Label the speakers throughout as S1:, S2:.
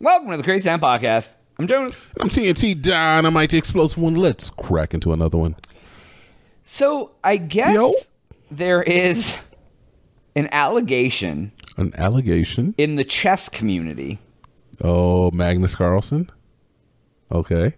S1: Welcome to the Crazy Town Podcast. I'm Jonas.
S2: I'm TNT Dynamite, the explosive one. Let's crack into another one.
S1: So I guess
S2: Yo.
S1: there is an allegation
S2: An allegation.
S1: in the chess community.
S2: Oh, Magnus Carlsen. Okay.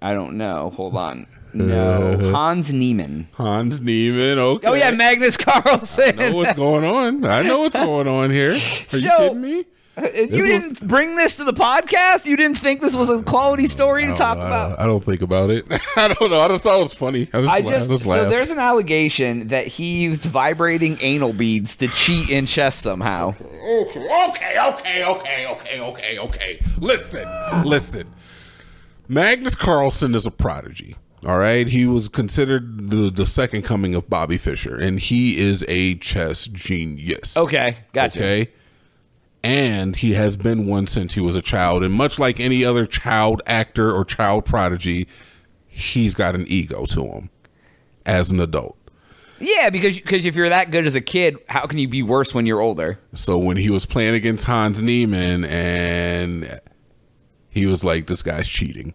S1: I don't know. Hold on.
S2: Uh-huh.
S1: No, Hans Niemann.
S2: Hans Niemann. Okay.
S1: Oh yeah, Magnus Carlsen.
S2: I know what's going on. I know what's going on here. Are you
S1: So-
S2: kidding me?
S1: you
S2: was-
S1: didn't bring this to the podcast. You didn't think this was a quality story to talk
S2: Oh, I don't-
S1: about.
S2: Uh, I don't think about it. I don't know. I just thought it was funny. I just,
S1: I
S2: la-
S1: just
S2: I just
S1: so
S2: laughed.
S1: there's an allegation that he used vibrating anal beads to cheat in chess somehow.
S2: Okay, okay, okay, okay, okay, okay, okay. Listen, listen. Magnus Carlsen is a prodigy. All right, he was considered the, the second coming of Bobby Fischer, and he is a chess genius.
S1: Okay, gotcha.
S2: Okay. And he has been one since he was a child. And much like any other child actor or child prodigy, he's got an ego to him as an adult.
S1: Yeah, because because if you're that good as a kid, how can you be worse when you're older?
S2: So when he was playing against Hans Niemann and he was like, this guy's cheating.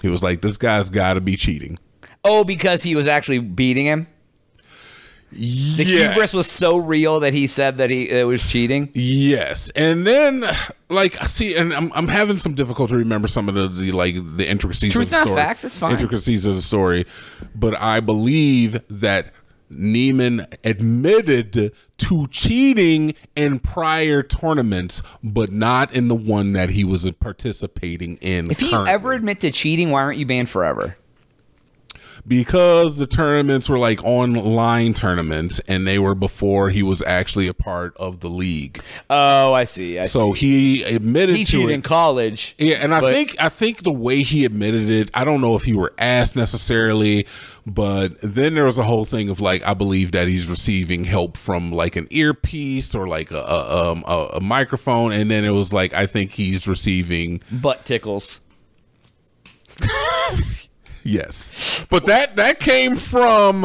S2: He was like, this guy's got to be cheating.
S1: Oh, because he was actually beating him. The hubris was so real that he said that he it was cheating.
S2: Yes, and then like I see, and I'm I'm having some difficulty to remember some of the, the like the intricacies
S1: Truth,
S2: of the
S1: not
S2: story.
S1: facts, it's fine.
S2: Intricacies of the story, but I believe that Neiman admitted to cheating in prior tournaments, but not in the one that he was participating in.
S1: If you
S2: currently.
S1: ever admit to cheating, why aren't you banned forever?
S2: because the tournaments were like online tournaments, and they were before he was actually a part of the league.
S1: Oh, I see. I
S2: So he admitted
S1: see. He
S2: to
S1: cheated
S2: it.
S1: in college.
S2: Yeah, and I
S1: But-
S2: think I think the way he admitted it, I don't know if he were asked necessarily, but then there was a whole thing of like I believe that he's receiving help from like an earpiece or like a a, um, a, a microphone, and then it was like I think he's receiving
S1: Butt tickles.
S2: yes, but that that came from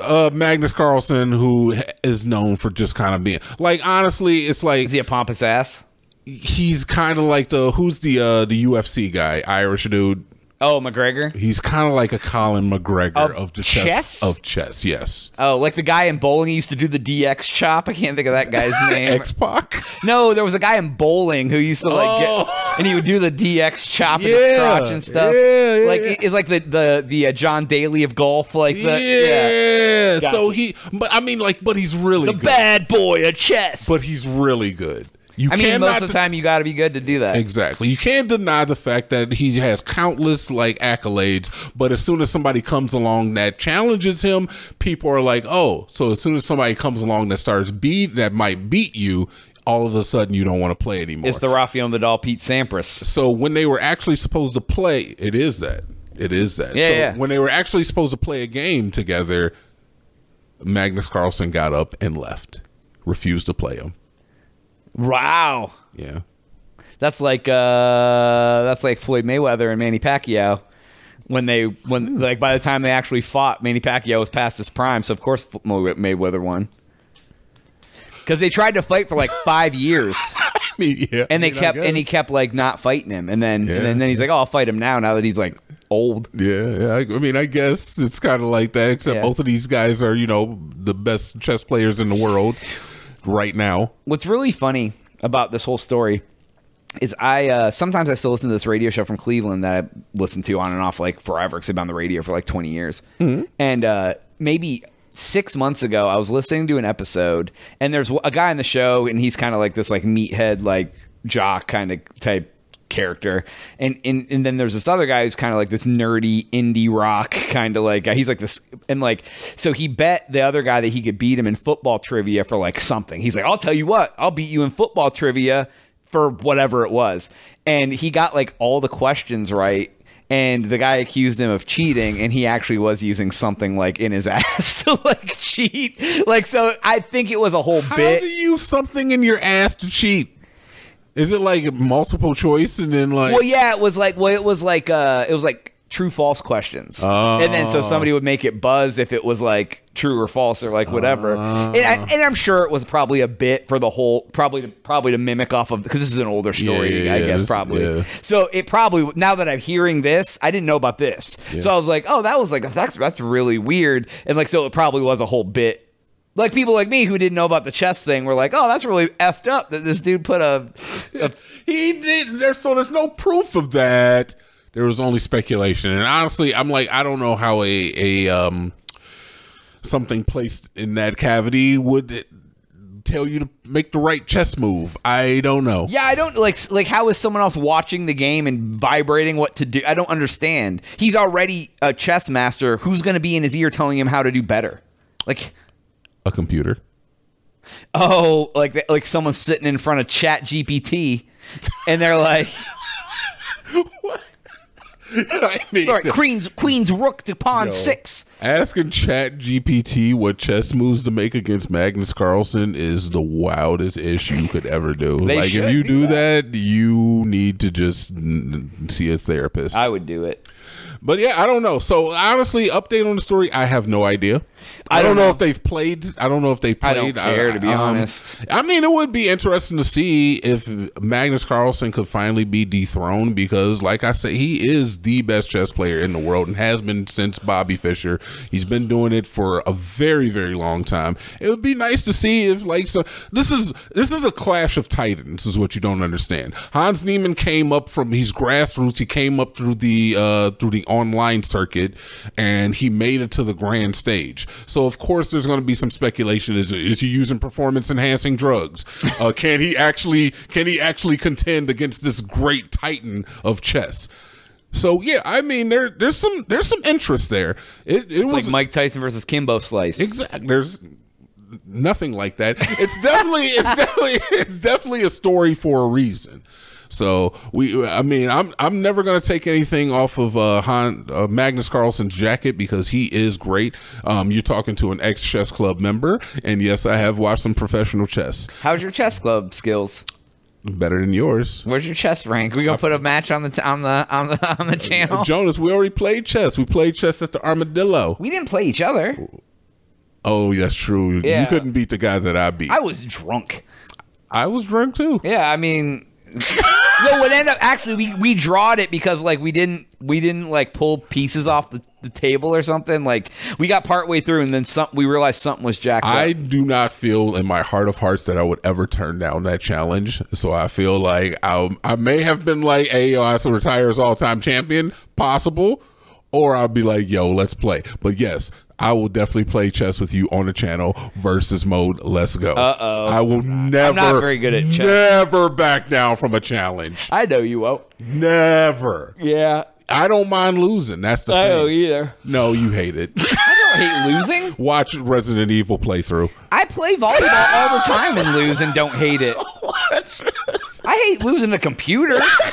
S2: uh Magnus Carlsen, who is known for just kind of being like honestly, it's like
S1: Is he a pompous ass?
S2: he's kind of like the who's the uh the UFC guy Irish dude.
S1: Oh, McGregor.
S2: He's kind of like a Colin McGregor
S1: Of
S2: of, the chess,
S1: chess?
S2: of chess. Yes,
S1: Oh, like the guy in bowling he used to do the DX chop. I can't think of that guy's name.
S2: X Pac.
S1: No, there was a guy in bowling who used to like,
S2: Oh.
S1: get, and he would do the DX chop and his
S2: Yeah.
S1: crotch and stuff.
S2: Yeah, yeah,
S1: like
S2: yeah.
S1: it's like the the the uh, John Daly of golf, like the
S2: Yeah.
S1: yeah.
S2: So he, but I mean, like, but he's really
S1: the
S2: good.
S1: bad boy of chess.
S2: But he's really good. You
S1: I mean,
S2: cannot
S1: most of the
S2: de-
S1: time you got to be good to do that.
S2: Exactly. You can't deny the fact that he has countless like accolades, but as soon as somebody comes along that challenges him, people are like, "Oh, so as soon as somebody comes along that starts beat that might beat you, all of a sudden you don't want to play anymore."
S1: It's the Rafael Nadal, Pete Sampras.
S2: So when they were actually supposed to play, it is that. It is that.
S1: Yeah,
S2: so
S1: yeah.
S2: when they were actually supposed to play a game together, Magnus Carlsen got up and left. Refused to play him.
S1: Wow,
S2: Yeah.
S1: that's like uh that's like Floyd Mayweather and Manny Pacquiao. When they
S2: Hmm.
S1: when like by the time they actually fought, Manny Pacquiao was past his prime, so of course F- Mo- Mayweather won. Because they tried to fight for like five years.
S2: I mean, yeah.
S1: and they
S2: I mean, I
S1: kept and he
S2: guess.
S1: kept like not fighting him and then
S2: Yeah.
S1: and then, then he's like oh i'll fight him now now that he's like old
S2: Yeah, I, I mean, I guess it's kind of like that. Except
S1: Yeah.
S2: both of these guys are, you know, the best chess players in the world right now.
S1: what's really funny about this whole story is i uh, sometimes i still listen to this radio show from cleveland that i listened to on and off like forever because i've been on the radio for like 20 years and uh, maybe six months ago i was listening to an episode and there's a guy on the show and he's kind of like this like meathead like jock kind of type character and, and and then there's this other guy who's kind of like this nerdy indie rock kind of like guy. he's like this and like so he bet the other guy that he could beat him in football trivia for like something he's like i'll tell you what i'll beat you in football trivia for whatever it was and he got like all the questions right and the guy accused him of cheating and he actually was using something like in his ass to like cheat like so i think it was a whole
S2: How
S1: bit
S2: do you use something in your ass to cheat? Is it like multiple choice and then like
S1: Well, yeah, it was like well, it was like uh, it was like true false questions. And then so somebody would make it buzz if it was like true or false or like whatever. and, I, and I'm sure it was probably a bit for the whole probably to, probably to mimic off of because this is an older story,
S2: yeah,
S1: I
S2: yeah,
S1: guess
S2: this-
S1: probably.
S2: yeah.
S1: So it probably now that I'm hearing this, I didn't know about this. So I was like, oh, that was like that's that's really weird. And like so it probably was a whole bit. Like people like me who didn't know about the chess thing were like, oh, that's really effed up that this dude put a, a
S2: He did. There's so there's no proof of that. There was only speculation, and honestly, I'm like I don't know how a a um something placed in that cavity would tell you to make the right chess move. I don't know.
S1: Yeah, I don't like like how is someone else watching the game and vibrating what to do? I don't understand. He's already a chess master. Who's going to be in his ear telling him how to do better? Like
S2: A computer.
S1: oh, like like someone's sitting in front of Chat GPT and they're like,
S2: I mean,
S1: "All right, queen's queen's rook to pawn
S2: No.
S1: 6."
S2: asking Chat GPT what chess moves to make against Magnus Carlsen is the wildest ish you could ever do.
S1: They
S2: like
S1: should
S2: if you
S1: do
S2: do that. you need to just mm, see a therapist.
S1: I would do it.
S2: But yeah, I don't know. So honestly, update on the story, I have no idea. I,
S1: don't
S2: don't know,
S1: know.
S2: if they've played. I don't know if they
S1: I
S2: played. uh, um,
S1: don't care, to be honest.
S2: I mean, it would be interesting to see if Magnus Carlsen could finally be dethroned because, like I said, he is the best chess player in the world and has been since Bobby Fischer. He's been doing it for a very, very long time. It would be nice to see if, like, so this is this is a clash of titans. Is what you don't understand. Hans Niemann came up from he's grassroots. He came up through the uh, through the online circuit, and he made it to the grand stage. So of course, there's going to be some speculation: is is he using performance enhancing drugs? Uh, can he actually can he actually contend against this great titan of chess? So yeah, I mean there there's some there's some interest there. It, it was
S1: Like Mike Tyson versus Kimbo Slice.
S2: Exactly. There's nothing like that. It's definitely it's definitely it's definitely a story for a reason. So we, I mean, I'm I'm never gonna take anything off of uh, Han, uh, Magnus Carlsen's jacket because he is great. Um, you're talking to an ex chess club member, and yes, I have watched some professional chess,
S1: How's your chess club skills?
S2: better than yours.
S1: Where's your chess rank? We gonna put a match on the t- on the on the on the channel?
S2: Jonas, we already played chess. We played chess at the Armadillo.
S1: We didn't play each other.
S2: Oh, that's true.
S1: Yeah.
S2: You couldn't beat the guy that I beat.
S1: I
S2: I,
S1: was drunk.
S2: was drunk too.
S1: Yeah, I mean, no, what ended up actually we we drawed it because like we didn't we didn't like pull pieces off the, the table or something. Like we got partway through and then some we realized something was jacked
S2: I
S1: up.
S2: do not feel in my heart of hearts that I would ever turn down that challenge. So I feel like I, I may have been like, hey, yo, I should retire as all time champion, possible. Or I'll be like, yo, let's play. But yes, I will definitely play chess with you on the channel versus mode. Let's go. Uh oh. I will never,
S1: not very good at chess.
S2: Never back down from a challenge.
S1: I know you won't.
S2: Never.
S1: Yeah,
S2: I don't mind losing. That's the thing.
S1: either.
S2: No, you hate it.
S1: I don't hate losing.
S2: Watch Resident Evil playthrough.
S1: I play volleyball all the time and lose and don't hate it. I hate losing to computers.
S2: Well,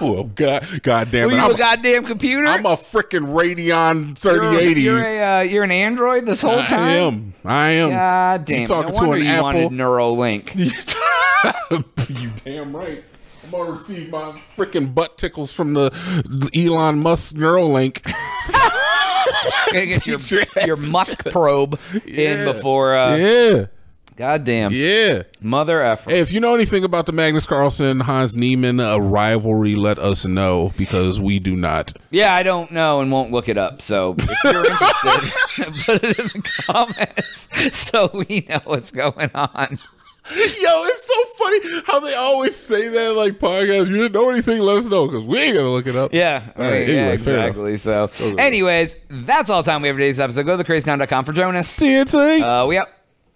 S2: Oh, god, god damn
S1: Were
S2: it!
S1: you
S2: I'm
S1: a goddamn computer?
S2: I'm a freaking Radeon 3080.
S1: You're, you're a uh, you're an Android this whole time.
S2: I am. I am.
S1: God damn!
S2: You talking
S1: no wonder
S2: to an
S1: you wanted
S2: Apple?
S1: Neuralink.
S2: you damn right. I'm gonna receive my freaking butt tickles from the Elon Musk Neuralink.
S1: Gotta get your,
S2: Beat your ass.
S1: your musk probe in
S2: Yeah.
S1: before. Uh,
S2: yeah,
S1: Goddamn.
S2: yeah.
S1: Mother effort.
S2: Hey, if you know anything about the Magnus Carlsen Hans Niemann uh, rivalry, let us know because we do not.
S1: yeah, I don't know and won't look it up. So if you're interested, put it in the comments so we know what's going on.
S2: Yo, it's so funny how they always say that like podcast. You didn't know anything, let us know because we ain't gonna look it up.
S1: Yeah,
S2: All right,
S1: yeah,
S2: anyway, fair enough.
S1: exactly. So, anyways, that's all the time we have for today's episode. Go to thecrazytown.com for Jonas.
S2: TNT.
S1: Uh, we out.